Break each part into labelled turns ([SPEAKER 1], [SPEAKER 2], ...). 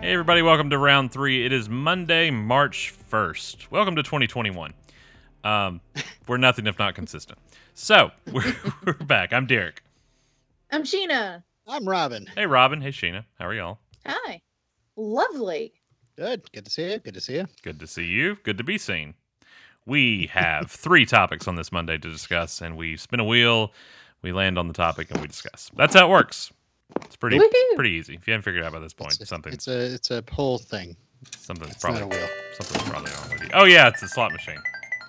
[SPEAKER 1] Hey, everybody, welcome to round three. It is Monday, March 1st. Welcome to 2021. Um, we're nothing if not consistent. So, we're, we're back. I'm Derek.
[SPEAKER 2] I'm Sheena.
[SPEAKER 3] I'm Robin.
[SPEAKER 1] Hey, Robin. Hey, Sheena. How are y'all?
[SPEAKER 2] Hi. Lovely.
[SPEAKER 3] Good. Good to see you. Good to see you.
[SPEAKER 1] Good to see you. Good to be seen. We have three topics on this Monday to discuss, and we spin a wheel, we land on the topic, and we discuss. That's how it works. It's pretty
[SPEAKER 2] Woohoo.
[SPEAKER 1] pretty easy. If you haven't figured it out by this point,
[SPEAKER 3] it's a,
[SPEAKER 1] something
[SPEAKER 3] It's a it's a pull thing.
[SPEAKER 1] something's
[SPEAKER 3] It's not a
[SPEAKER 1] probably
[SPEAKER 3] wheel.
[SPEAKER 1] something's probably wrong with you. Oh yeah, it's a slot machine.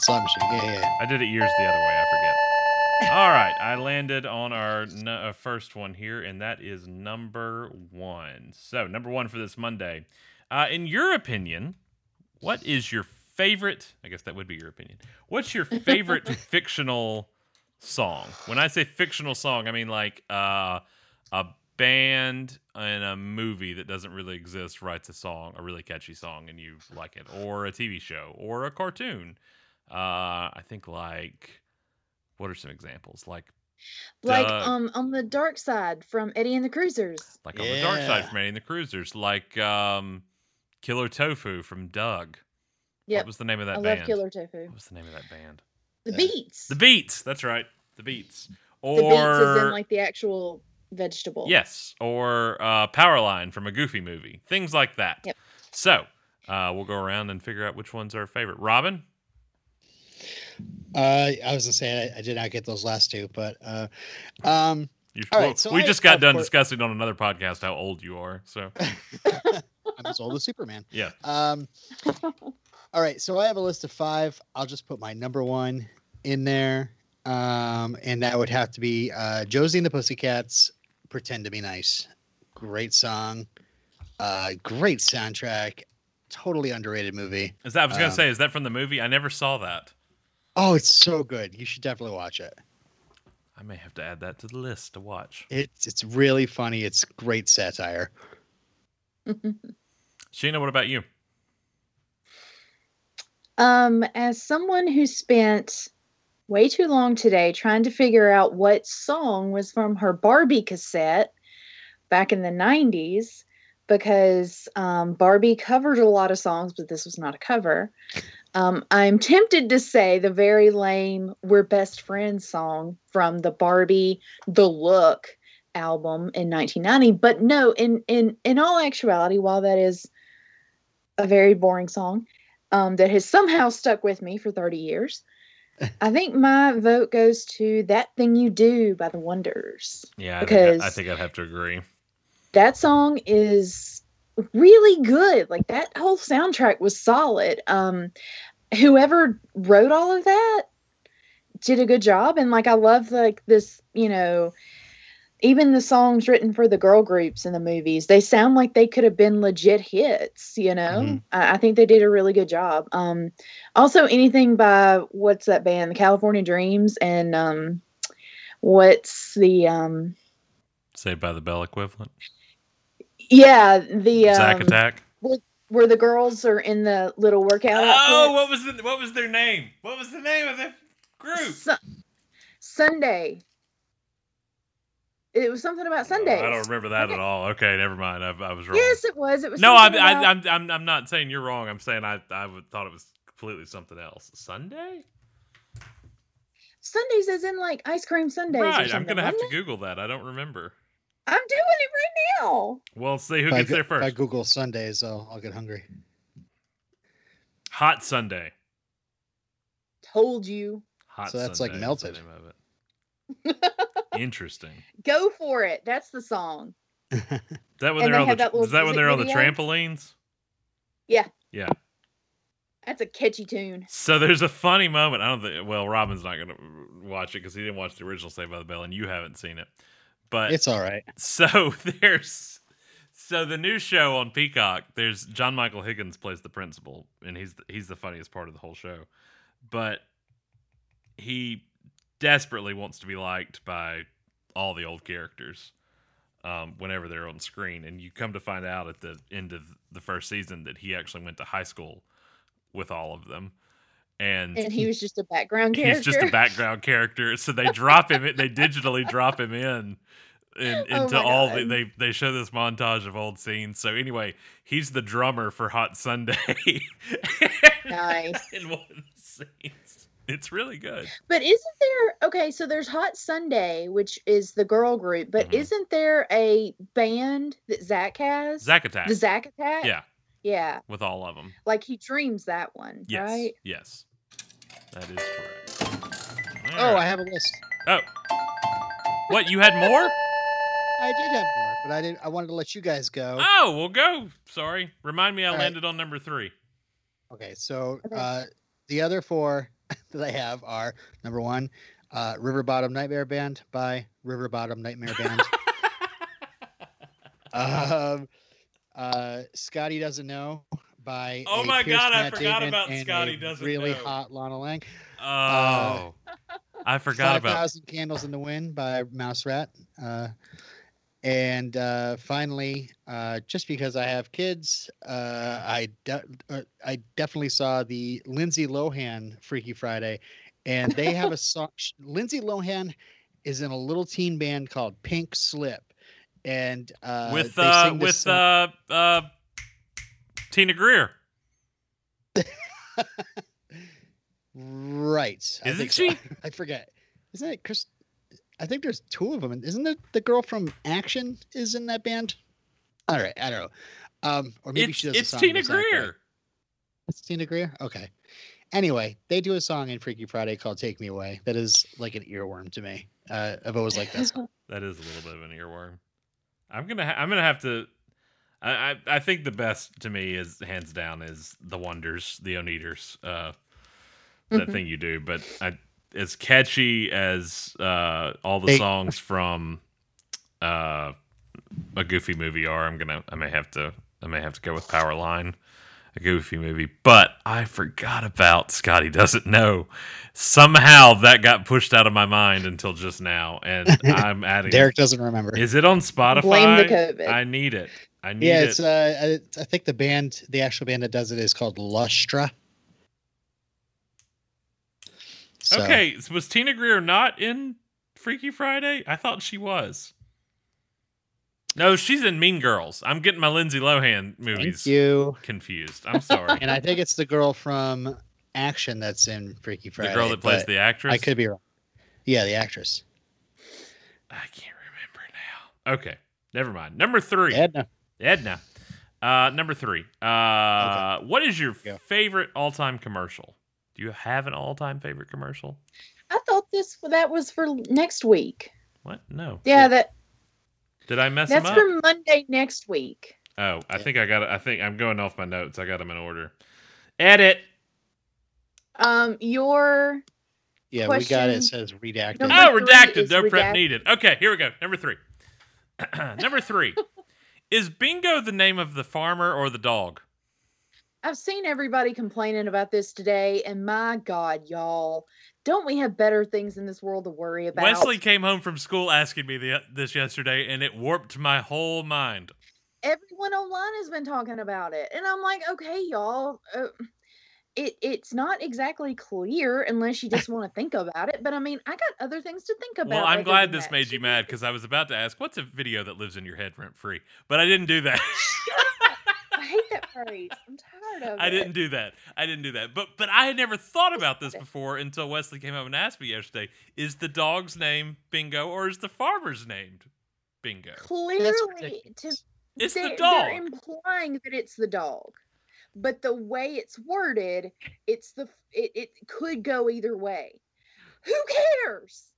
[SPEAKER 3] Slot machine. Yeah, yeah, yeah.
[SPEAKER 1] I did it years the other way. I forget. All right, I landed on our n- uh, first one here, and that is number one. So, number one for this Monday. Uh, in your opinion, what is your favorite? I guess that would be your opinion. What's your favorite fictional song? When I say fictional song, I mean like uh, a band in a movie that doesn't really exist writes a song, a really catchy song, and you like it, or a TV show, or a cartoon. Uh, I think like what are some examples? Like
[SPEAKER 2] Like
[SPEAKER 1] Doug.
[SPEAKER 2] um on the dark side from Eddie and the Cruisers.
[SPEAKER 1] like on the dark side
[SPEAKER 3] Yeah.
[SPEAKER 1] from Eddie and the Cruisers, like um Killer Tofu from Doug. What
[SPEAKER 2] Yep.
[SPEAKER 1] was the name of
[SPEAKER 2] I
[SPEAKER 1] that
[SPEAKER 2] love
[SPEAKER 1] band?
[SPEAKER 2] Killer Tofu.
[SPEAKER 1] What was the name of that band?
[SPEAKER 2] The
[SPEAKER 3] Yeah.
[SPEAKER 2] beats.
[SPEAKER 1] The Beats. That's right. The Beats. Or
[SPEAKER 2] The beets is in like the actual vegetable.
[SPEAKER 1] Yes, or uh, Powerline from a Goofy movie, things like that.
[SPEAKER 2] Yep.
[SPEAKER 1] So uh, we'll go around and figure out which one's our favorite. Robin,
[SPEAKER 3] Uh, I was gonna say I, I did not get those last two, but uh, um,
[SPEAKER 1] you,
[SPEAKER 3] All right,
[SPEAKER 1] well,
[SPEAKER 3] so
[SPEAKER 1] we
[SPEAKER 3] I,
[SPEAKER 1] just got
[SPEAKER 3] of
[SPEAKER 1] done
[SPEAKER 3] course-
[SPEAKER 1] discussing on another podcast how old you are. So
[SPEAKER 3] I'm as old as Superman.
[SPEAKER 1] yeah,
[SPEAKER 3] Um, all right. So I have a list of five. I'll just put my number one in there, um, and that would have to be uh, Josie and the Pussycats. Pretend to be nice. Great song. Uh, great soundtrack. Totally underrated movie.
[SPEAKER 1] is that I was gonna
[SPEAKER 3] Um,
[SPEAKER 1] say? Is that from the movie? I never saw that.
[SPEAKER 3] Oh, it's so good. You should definitely watch it.
[SPEAKER 1] I may have to add that to the list to watch.
[SPEAKER 3] It's it's really funny. It's great satire.
[SPEAKER 2] Mm-hmm.
[SPEAKER 1] Sheena, what about you?
[SPEAKER 2] Um, as someone who spent way too long today trying to figure out what song was from her Barbie cassette back in the 90s, because um, Barbie covered a lot of songs, but this was not a cover, um, I'm tempted to say the very lame We're Best Friends song from the Barbie The Look album in 1990 but no in in in all actuality while that is a very boring song um, that has somehow stuck with me for 30 years. I think my vote goes to That Thing You Do by The Wonders.
[SPEAKER 1] Yeah,
[SPEAKER 2] I think I- I Because-
[SPEAKER 1] think
[SPEAKER 2] think
[SPEAKER 1] I'd have to agree.
[SPEAKER 2] That song is really good. Like that whole soundtrack was solid. Um, whoever wrote all of that did a good job. And like I love like this, you know, even the songs written for the girl groups in the movies, they sound like they could have been legit hits, you know?
[SPEAKER 3] Mhm.
[SPEAKER 2] I, I think they did a really good job. Um, also anything by what's that band the california dreams and um what's the um
[SPEAKER 1] Saved by the Bell equivalent.
[SPEAKER 2] yeah the
[SPEAKER 1] Zack
[SPEAKER 2] um,
[SPEAKER 1] Attack.
[SPEAKER 2] where the girls are in the little workout
[SPEAKER 1] Oh,
[SPEAKER 2] outfit.
[SPEAKER 1] what was the what was their name? What was the name of that group?
[SPEAKER 2] Su- sunday it was something about sundays
[SPEAKER 1] Oh, I don't remember that
[SPEAKER 2] Okay.
[SPEAKER 1] at all. Okay, never mind. I, I was wrong.
[SPEAKER 2] yes it was it was
[SPEAKER 1] no, I,
[SPEAKER 2] something
[SPEAKER 1] I,
[SPEAKER 2] about-
[SPEAKER 1] I'm I'm I'm not saying you're wrong. I'm saying I I would, thought it was completely something else. Sunday.
[SPEAKER 2] sundays as in like ice cream sundays or
[SPEAKER 1] right. I'm
[SPEAKER 2] something,
[SPEAKER 1] gonna have to
[SPEAKER 2] wasn't it?
[SPEAKER 1] Google that. I don't remember.
[SPEAKER 2] i'm doing it right now
[SPEAKER 1] Well, let's see who
[SPEAKER 3] If I
[SPEAKER 1] gets
[SPEAKER 3] go-
[SPEAKER 1] there
[SPEAKER 3] If I
[SPEAKER 1] first.
[SPEAKER 3] Google Sundays, I'll, I'll get hungry.
[SPEAKER 1] Hot Sunday.
[SPEAKER 2] told you
[SPEAKER 1] Hot.
[SPEAKER 3] So that's, like,
[SPEAKER 1] Sunday is the
[SPEAKER 3] melted.
[SPEAKER 1] name of it. Interesting.
[SPEAKER 2] go for it that's the song
[SPEAKER 1] Is that when
[SPEAKER 2] And
[SPEAKER 1] they're
[SPEAKER 2] they
[SPEAKER 1] on the
[SPEAKER 2] had that little
[SPEAKER 1] is that when
[SPEAKER 2] music
[SPEAKER 1] they're on the
[SPEAKER 2] video.
[SPEAKER 1] trampolines?
[SPEAKER 2] Yeah.
[SPEAKER 1] Yeah.
[SPEAKER 2] that's a catchy tune
[SPEAKER 1] So there's a funny moment. I don't think. Well, Robin's not gonna watch it because he didn't watch the original Saved by the Bell, and you haven't seen it. But
[SPEAKER 3] It's all right.
[SPEAKER 1] so there's so the new show on Peacock. There's John Michael Higgins plays the principal, and he's the, he's the funniest part of the whole show. But he desperately wants to be liked by all the old characters um, whenever they're on screen. And you come to find out at the end of the first season that he actually went to high school with all of them. And
[SPEAKER 2] and he was just a background character
[SPEAKER 1] He's just a background character. So they drop him. They digitally drop him in in,
[SPEAKER 2] Oh
[SPEAKER 1] into
[SPEAKER 2] my
[SPEAKER 1] all the,
[SPEAKER 2] God.
[SPEAKER 1] they they show this montage of old scenes. So anyway, he's the drummer for Hot Sunday
[SPEAKER 2] Nice.
[SPEAKER 1] in one of the scenes. It's really good.
[SPEAKER 2] But isn't there okay? So there's Hot Sunday, which is the girl group, but
[SPEAKER 1] Mhm.
[SPEAKER 2] isn't there a band that Zach has?
[SPEAKER 1] Zack Attack.
[SPEAKER 2] the Zach Attack.
[SPEAKER 1] Yeah,
[SPEAKER 2] yeah.
[SPEAKER 1] with all of them.
[SPEAKER 2] Like he dreams that one,
[SPEAKER 1] Yes.
[SPEAKER 2] right?
[SPEAKER 1] Yes. That is correct.
[SPEAKER 3] Oh, I
[SPEAKER 1] Alright.
[SPEAKER 3] have a list.
[SPEAKER 1] what you had more?
[SPEAKER 3] I did have more, but I didn't. I wanted to let you guys go.
[SPEAKER 1] Oh, well go. Sorry. Remind me I
[SPEAKER 3] All right.
[SPEAKER 1] landed on number 3.
[SPEAKER 3] Okay, so
[SPEAKER 2] Okay.
[SPEAKER 3] uh, the other four that I have are number one, uh, River Bottom Nightmare Band by River Bottom Nightmare Band. um, uh, Scotty Doesn't Know by.
[SPEAKER 1] Oh
[SPEAKER 3] a
[SPEAKER 1] my
[SPEAKER 3] Pierce,
[SPEAKER 1] God, I
[SPEAKER 3] Matt
[SPEAKER 1] forgot
[SPEAKER 3] Damon
[SPEAKER 1] about
[SPEAKER 3] and a
[SPEAKER 1] Scotty Doesn't
[SPEAKER 3] Really
[SPEAKER 1] Know.
[SPEAKER 3] hot Lana Lang.
[SPEAKER 1] Oh. I forgot
[SPEAKER 3] Five
[SPEAKER 1] about
[SPEAKER 3] Thousand Candles in the Wind by Mouse Rat. Uh, and uh, finally, uh, just because I have kids, uh, I de- uh, I definitely saw the Lindsay Lohan Freaky Friday, and they have a song. sh- Lindsay Lohan is in a little teen band called Pink Slip, and uh,
[SPEAKER 1] with
[SPEAKER 3] they
[SPEAKER 1] uh
[SPEAKER 3] sing this
[SPEAKER 1] with
[SPEAKER 3] song-
[SPEAKER 1] uh uh Tina Greer.
[SPEAKER 3] right. I
[SPEAKER 1] Isn't
[SPEAKER 3] think
[SPEAKER 1] she?
[SPEAKER 3] I forget. Isn't it Chris? I think there's two of them. and Isn't it the girl from Action is in that band? All right, I don't know. Um, or maybe
[SPEAKER 1] it's
[SPEAKER 3] she does. a
[SPEAKER 1] it's
[SPEAKER 3] song
[SPEAKER 1] Tina
[SPEAKER 3] exactly.
[SPEAKER 1] Greer.
[SPEAKER 3] It's Tina Greer. Okay. Anyway, they do a song in Freaky Friday called "Take Me Away." That is like an earworm to me. Uh, I've always liked that song.
[SPEAKER 1] That is a little bit of an earworm. I'm gonna ha- I'm gonna have to. I, I I think the best to me is hands down is the Wonders, the Oneaters, uh, that
[SPEAKER 3] Mm-hmm.
[SPEAKER 2] Mhm.
[SPEAKER 1] thing you do. But I, as catchy as uh, all the
[SPEAKER 3] Hey.
[SPEAKER 1] songs from uh, a Goofy movie are, I'm gonna I may have to I may have to go with Powerline, a Goofy movie. But I forgot about Scotty doesn't know. Somehow that got pushed out of my mind until just now, and I'm adding
[SPEAKER 3] Derek doesn't remember.
[SPEAKER 1] is it on Spotify?
[SPEAKER 2] Blame the COVID.
[SPEAKER 1] I need it. I need
[SPEAKER 3] yeah,
[SPEAKER 1] it.
[SPEAKER 3] it's. Uh, I- it's- I think the band, the actual band that does it, is called Lustra. So-
[SPEAKER 1] Okay, so was Tina Greer not in Freaky Friday? I thought she was. No, she's in Mean Girls. I'm getting my Lindsay Lohan movies
[SPEAKER 3] Thank you.
[SPEAKER 1] confused. I'm sorry.
[SPEAKER 3] and I think it's the girl from Action that's in Freaky
[SPEAKER 1] the
[SPEAKER 3] Friday.
[SPEAKER 1] girl that plays
[SPEAKER 3] but
[SPEAKER 1] the actress.
[SPEAKER 3] I could be wrong. Yeah, the actress.
[SPEAKER 1] I can't remember now. Okay, never mind. Number three,
[SPEAKER 3] Edna.
[SPEAKER 1] Edna. Uh, number three. Uh, what is your
[SPEAKER 3] Go.
[SPEAKER 1] favorite all-time commercial? Do you have an all-time favorite commercial?
[SPEAKER 2] I thought this that was for next week.
[SPEAKER 1] What? No.
[SPEAKER 2] Yeah,
[SPEAKER 3] Yeah.
[SPEAKER 2] that
[SPEAKER 1] Did I mess
[SPEAKER 2] that's
[SPEAKER 1] them up?
[SPEAKER 2] for Monday next week.
[SPEAKER 1] Oh, I
[SPEAKER 3] Yeah.
[SPEAKER 1] think I got. I think I'm going off my notes. I got them in order. Edit.
[SPEAKER 2] Um, your
[SPEAKER 3] Yeah, we got it.
[SPEAKER 2] Question-
[SPEAKER 3] It says redacted.
[SPEAKER 2] No,
[SPEAKER 1] Oh,
[SPEAKER 2] Number three
[SPEAKER 1] redacted.
[SPEAKER 2] is
[SPEAKER 1] No prep
[SPEAKER 2] redacted.
[SPEAKER 1] needed. Okay, here we go. Number three. Number three. Is Bingo the name of the farmer or the dog?
[SPEAKER 2] I've seen everybody complaining about this today, and my God, y'all, don't we have better things in this world to worry about?
[SPEAKER 1] Wesley came home from school asking me the, this yesterday, and it warped my whole mind.
[SPEAKER 2] everyone online has been talking about it and i'm like okay y'all uh, it it's not exactly clear unless you just want to think about it but i mean i got other things to think about
[SPEAKER 1] Well, I'm
[SPEAKER 2] other
[SPEAKER 1] glad
[SPEAKER 2] than
[SPEAKER 1] this
[SPEAKER 2] that.
[SPEAKER 1] made you mad because I was about to ask, what's a video that lives in your head rent free? But I didn't do that.
[SPEAKER 2] i hate that phrase i'm tired of
[SPEAKER 1] I
[SPEAKER 2] it
[SPEAKER 1] didn't do that. I didn't do that. But but I had never thought about this
[SPEAKER 2] Okay.
[SPEAKER 1] before until Wesley came up and asked me yesterday. Is the dog's name Bingo or is the farmer's named Bingo?
[SPEAKER 2] clearly to,
[SPEAKER 3] ridiculous.
[SPEAKER 1] It's the
[SPEAKER 2] they're-
[SPEAKER 1] dog.
[SPEAKER 2] they're implying that it's the dog but the way it's worded it's the f- it, it could go either way who cares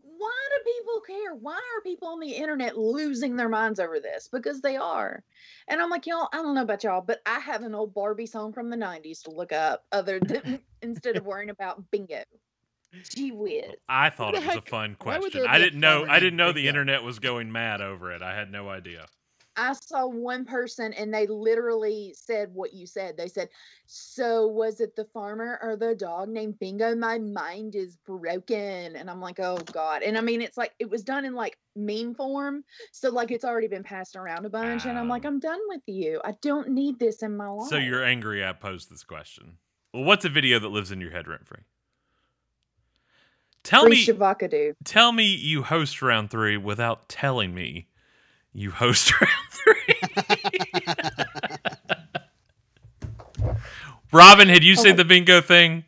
[SPEAKER 2] why do people care why are people on the internet losing their minds over this because they are and i'm like y'all i don't know about y'all but i have an old barbie song from the 90s to look up other than instead of worrying about bingo gee whiz
[SPEAKER 1] I thought
[SPEAKER 3] the
[SPEAKER 1] it was a
[SPEAKER 3] heck?
[SPEAKER 1] fun
[SPEAKER 3] Why would
[SPEAKER 1] question.
[SPEAKER 3] there
[SPEAKER 1] I
[SPEAKER 3] be a
[SPEAKER 1] didn't know.
[SPEAKER 3] farmer
[SPEAKER 1] I didn't
[SPEAKER 3] named
[SPEAKER 1] know the
[SPEAKER 3] Bingo?
[SPEAKER 1] internet was going mad over it. I had no idea.
[SPEAKER 2] I saw one person and they literally said what you said. They said, So was it the farmer or the dog named Bingo? My mind is broken. And I'm like, Oh God. And I mean, it's like, it was done in like meme form. So like it's already been passed around a bunch. And I'm like,
[SPEAKER 1] Ouch.
[SPEAKER 2] I'm done with you. I don't need this in my life.
[SPEAKER 1] So you're angry I posed this question. Well, what's a video that lives in your head rent free? Tell
[SPEAKER 2] Free
[SPEAKER 1] me,
[SPEAKER 2] Shavakadu.
[SPEAKER 1] tell me you host round three without telling me you host round three. Robin, had you seen the bingo thing?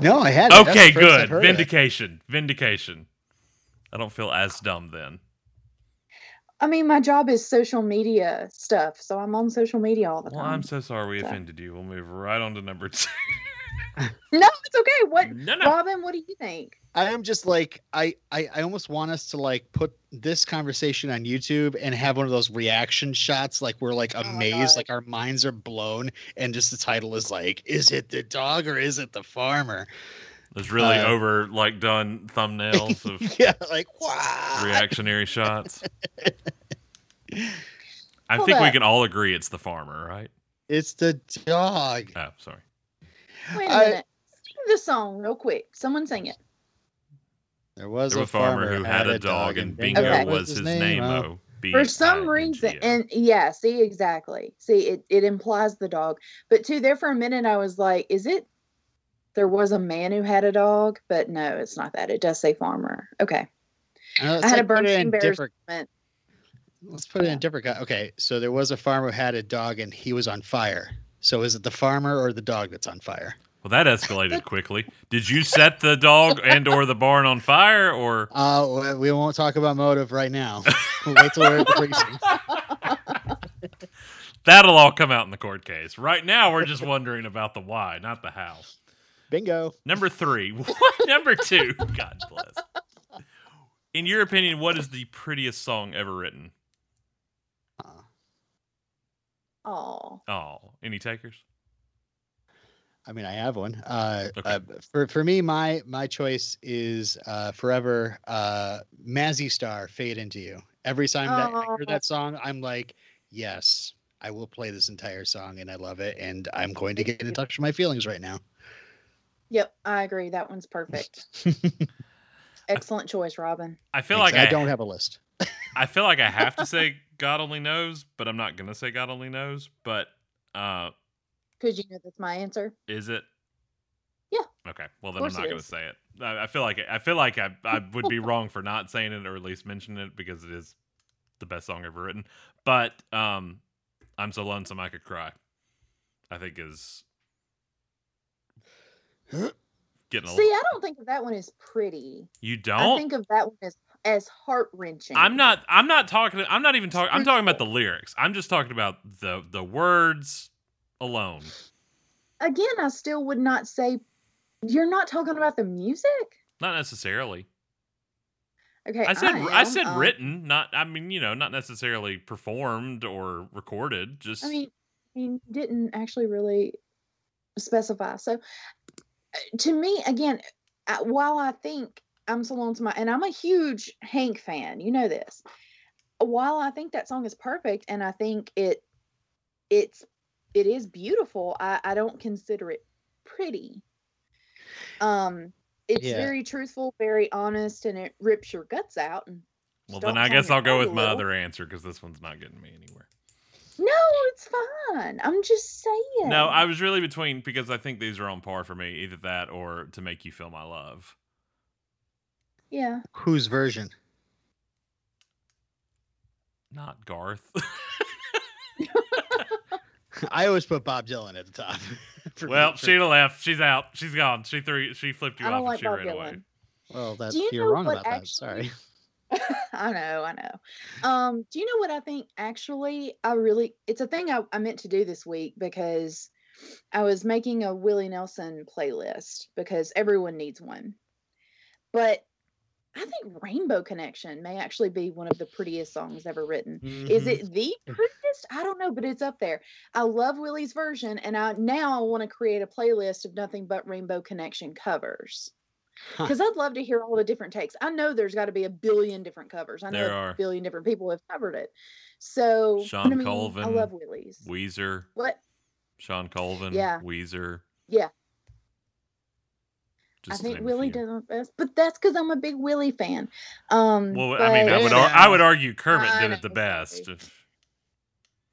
[SPEAKER 3] No, I had.
[SPEAKER 1] Okay, good. Vindication. Vindication. I don't feel as dumb then.
[SPEAKER 2] I mean, my job is social media stuff, so I'm on social media all the
[SPEAKER 1] Well,
[SPEAKER 2] time.
[SPEAKER 1] I'm so sorry we
[SPEAKER 2] Yeah.
[SPEAKER 1] offended you. We'll move right on to number two.
[SPEAKER 2] no, it's okay. What,
[SPEAKER 1] No, no.
[SPEAKER 2] Robin? What do you think?
[SPEAKER 3] I am just like I, I I almost want us to like put this conversation on YouTube and have one of those reaction shots like we're like
[SPEAKER 2] Oh my
[SPEAKER 3] amazed
[SPEAKER 2] God.
[SPEAKER 3] like our minds are blown and just the title is like is it the dog or is it the farmer?
[SPEAKER 1] It's really
[SPEAKER 3] Uh,
[SPEAKER 1] over, like done thumbnails of
[SPEAKER 3] yeah, like wow.
[SPEAKER 1] reactionary shots. I
[SPEAKER 2] Hold
[SPEAKER 1] think we
[SPEAKER 2] up.
[SPEAKER 1] can all agree it's the farmer, right?
[SPEAKER 3] It's the dog.
[SPEAKER 1] Oh, sorry.
[SPEAKER 2] Wait a
[SPEAKER 3] I-
[SPEAKER 2] minute. Sing the song real quick. Someone sing it.
[SPEAKER 3] There was
[SPEAKER 1] There was
[SPEAKER 3] a farmer,
[SPEAKER 1] who had a dog, and Bingo
[SPEAKER 2] Okay.
[SPEAKER 1] was his name. Oh,
[SPEAKER 2] For some reason, and yeah, see exactly. See, it it implies the dog, but too there for a minute I was like, is it? There was a man who had a dog, but no, it's not that. It does say farmer. Okay, I had a Bernstein Bears
[SPEAKER 3] different.
[SPEAKER 2] comment.
[SPEAKER 3] Let's put it in
[SPEAKER 2] Yeah.
[SPEAKER 3] a different. guy. Okay, so there was a farmer who had a dog, and he was on fire. So is it the farmer or the dog that's on fire?
[SPEAKER 1] well, that escalated quickly. Did you set the dog and or the barn on fire, or
[SPEAKER 3] Uh, w- we won't talk about motive right now. We'll wait till we're at the precinct.
[SPEAKER 1] that'll all come out in the court case? Right now, we're just wondering about the why, not the how.
[SPEAKER 3] Bingo.
[SPEAKER 1] Number three. What? Number two. God bless. In your opinion, what is the prettiest song ever written?
[SPEAKER 3] Uh,
[SPEAKER 2] Oh,
[SPEAKER 1] Oh, any takers?
[SPEAKER 3] I mean, I have one. Uh,
[SPEAKER 1] Okay.
[SPEAKER 3] uh, for for me, my my choice is uh, forever. Uh, Mazzy Star, fade into you. Every time that I hear
[SPEAKER 2] Oh.
[SPEAKER 3] that song, I'm like, yes, I will play this entire song, and I love it, and I'm going to get in touch with my feelings right now.
[SPEAKER 2] yep, I agree. That one's perfect. Excellent choice, Robin.
[SPEAKER 1] I feel
[SPEAKER 3] Thanks.
[SPEAKER 1] like I,
[SPEAKER 3] I don't have a list.
[SPEAKER 1] I feel like I have to say God only knows, but I'm not gonna say God only knows. But uh,
[SPEAKER 2] Because you know that's my answer.
[SPEAKER 1] is it?
[SPEAKER 2] Yeah.
[SPEAKER 1] Okay. Well, then I'm
[SPEAKER 2] course
[SPEAKER 1] not
[SPEAKER 2] it
[SPEAKER 1] gonna
[SPEAKER 2] is.
[SPEAKER 1] say it. I, I feel like I feel like I, I would be wrong for not saying it or at least mentioning it because it is the best song ever written. But um, I'm so lonesome I could cry. I think is getting a
[SPEAKER 2] See, I don't think of that one as pretty.
[SPEAKER 1] You
[SPEAKER 2] I
[SPEAKER 1] don't.
[SPEAKER 2] think of that one as as heart wrenching.
[SPEAKER 1] Oh. I'm not. I'm not talking. I'm not even talking. I'm talking about the lyrics. I'm just talking about the the words alone.
[SPEAKER 2] Again, I still would not say. You're not talking about the music.
[SPEAKER 1] Not necessarily.
[SPEAKER 2] Okay,
[SPEAKER 1] I said I,
[SPEAKER 2] am,
[SPEAKER 1] said
[SPEAKER 2] um,
[SPEAKER 1] written, not I mean, you know, not necessarily performed or recorded, just
[SPEAKER 2] I mean, I mean, didn't actually really specify. So, uh, to me, again, I, while I think I'm so long to my, and I'm a huge Hank fan, you know this. While I think that song is perfect, and I think it, it's, it is beautiful. I, I don't consider it pretty. Um, it's
[SPEAKER 3] Yeah.
[SPEAKER 2] very truthful, very honest, and it rips your guts out. And
[SPEAKER 1] well
[SPEAKER 2] stomps
[SPEAKER 1] then I
[SPEAKER 2] on
[SPEAKER 1] guess
[SPEAKER 2] your
[SPEAKER 1] I'll go
[SPEAKER 2] heart a
[SPEAKER 1] with my
[SPEAKER 2] little.
[SPEAKER 1] other answer cuz this one's not getting me anywhere.
[SPEAKER 2] No, it's fine. I'm just saying.
[SPEAKER 1] No, I was really between because I think these are on par for me, either that or to make you feel my love.
[SPEAKER 2] Yeah.
[SPEAKER 3] Whose version?
[SPEAKER 1] Not Garth.
[SPEAKER 3] I always put Bob Dylan at the top. For-
[SPEAKER 1] well,
[SPEAKER 3] for-
[SPEAKER 1] she left. She's out. She's gone. She threw she flipped you
[SPEAKER 2] I
[SPEAKER 1] off
[SPEAKER 2] don't
[SPEAKER 1] and
[SPEAKER 2] like
[SPEAKER 1] she
[SPEAKER 2] Bob
[SPEAKER 1] ran away.
[SPEAKER 2] Dylan.
[SPEAKER 3] well, that,
[SPEAKER 2] Do you
[SPEAKER 3] you are
[SPEAKER 2] know
[SPEAKER 3] wrong
[SPEAKER 2] what
[SPEAKER 3] about that.
[SPEAKER 2] actually-
[SPEAKER 3] Sorry.
[SPEAKER 2] I know, I know. Um, do you know what I think? Actually, I really, it's a thing I, I meant to do this week because I was making a Willie Nelson playlist because everyone needs one. But I think Rainbow Connection may actually be one of the prettiest songs ever written.
[SPEAKER 1] Mm-hmm.
[SPEAKER 2] Is
[SPEAKER 3] Mhm.
[SPEAKER 2] it the
[SPEAKER 1] Mm.
[SPEAKER 2] prettiest? I don't know, but it's up there. I love Willie's version, and I now I want to create a playlist of nothing but Rainbow Connection covers.
[SPEAKER 3] Huh.
[SPEAKER 2] Because I'd love to hear all the different takes. I know there's got to be a billion different covers. I know
[SPEAKER 1] There
[SPEAKER 2] a
[SPEAKER 1] are.
[SPEAKER 2] billion different people have covered it. So but
[SPEAKER 1] Sean
[SPEAKER 2] I mean, I
[SPEAKER 1] Colvin,
[SPEAKER 2] love Willie's.
[SPEAKER 1] Weezer,
[SPEAKER 2] What?
[SPEAKER 1] Sean Colvin,
[SPEAKER 2] Yeah.
[SPEAKER 1] Weezer.
[SPEAKER 2] Yeah.
[SPEAKER 1] Just to
[SPEAKER 2] I think
[SPEAKER 1] name a
[SPEAKER 2] Willie
[SPEAKER 1] few.
[SPEAKER 2] does it best, but that's because I'm a big Willie fan. Um,
[SPEAKER 1] Well, I mean, I
[SPEAKER 2] but-
[SPEAKER 1] would ar- I would argue Kermit
[SPEAKER 2] I
[SPEAKER 1] did it the
[SPEAKER 2] know,
[SPEAKER 1] best.
[SPEAKER 2] sorry.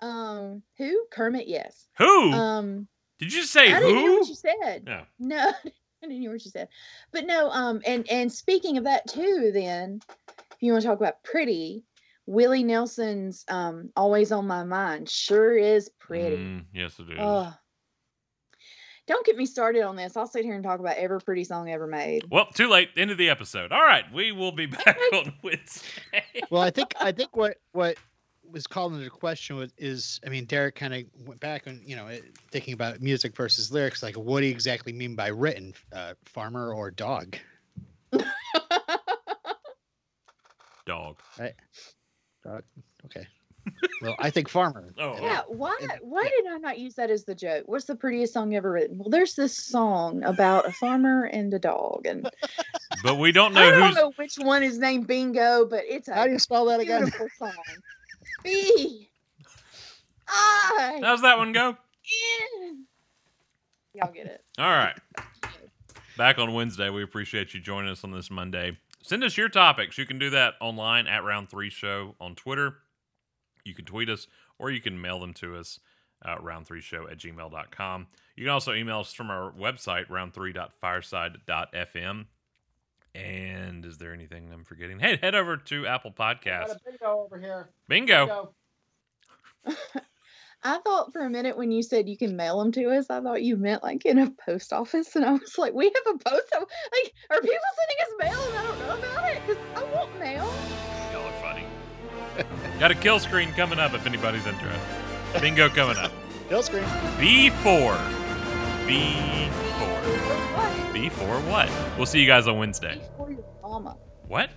[SPEAKER 2] um, who Kermit? Yes.
[SPEAKER 1] Who?
[SPEAKER 2] Um,
[SPEAKER 1] did you say
[SPEAKER 2] I didn't hear
[SPEAKER 1] who?
[SPEAKER 2] what you said.
[SPEAKER 1] No.
[SPEAKER 2] No, I didn't hear what you said. But no, um, and and speaking of that too, then if you want to talk about pretty, Willie Nelson's um, "Always on My Mind" sure is pretty.
[SPEAKER 1] Mm, yes, it is.
[SPEAKER 2] Ugh. Don't get me started on this. I'll sit here and talk about every pretty song ever made.
[SPEAKER 1] Well, too late. End of the episode. All right, we will be back on Wednesday.
[SPEAKER 3] Well, I think I think what what was called into question was is I mean Derek kind of went back and you know it- thinking about music versus lyrics. Like, what do you exactly mean by written, uh, farmer or dog?
[SPEAKER 1] Dog.
[SPEAKER 3] Okay. Well, I think farmer.
[SPEAKER 1] Oh,
[SPEAKER 2] Yeah, why
[SPEAKER 3] and-
[SPEAKER 2] why did I not use that as the joke? What's the prettiest song ever written? Well, there's this song about a farmer and a dog, and
[SPEAKER 1] But we don't know
[SPEAKER 2] I don't
[SPEAKER 1] who's.
[SPEAKER 2] know which one is named Bingo, but it's
[SPEAKER 3] How do
[SPEAKER 2] a
[SPEAKER 3] you spell that again?
[SPEAKER 2] beautiful song. B I
[SPEAKER 1] How's that one go?
[SPEAKER 2] N. Y'all get it.
[SPEAKER 1] All right. Back on Wednesday. We appreciate you joining us on this Monday. Send us your topics. You can do that online at Round Three Show on Twitter. You can tweet us or you can mail them to us, uh, round3show at gmail.com. You can also email us from our website, round3.fireside.fm. And is there anything I'm forgetting? Hey, head over to Apple Podcasts.
[SPEAKER 3] bingo over here.
[SPEAKER 1] Bingo.
[SPEAKER 2] I thought for a minute when you said you can mail them to us, I thought you meant like in a post office, and I was like, we have a post office. Like, are people sending us mail and I don't know about it? Because I want mail.
[SPEAKER 1] Y'all are funny. Got a kill screen coming up if anybody's interested. Bingo coming up.
[SPEAKER 3] Bill scream.
[SPEAKER 1] B4. B4.
[SPEAKER 2] What?
[SPEAKER 1] B4 what? We'll see you guys on Wednesday.
[SPEAKER 2] Before your mama.
[SPEAKER 1] What?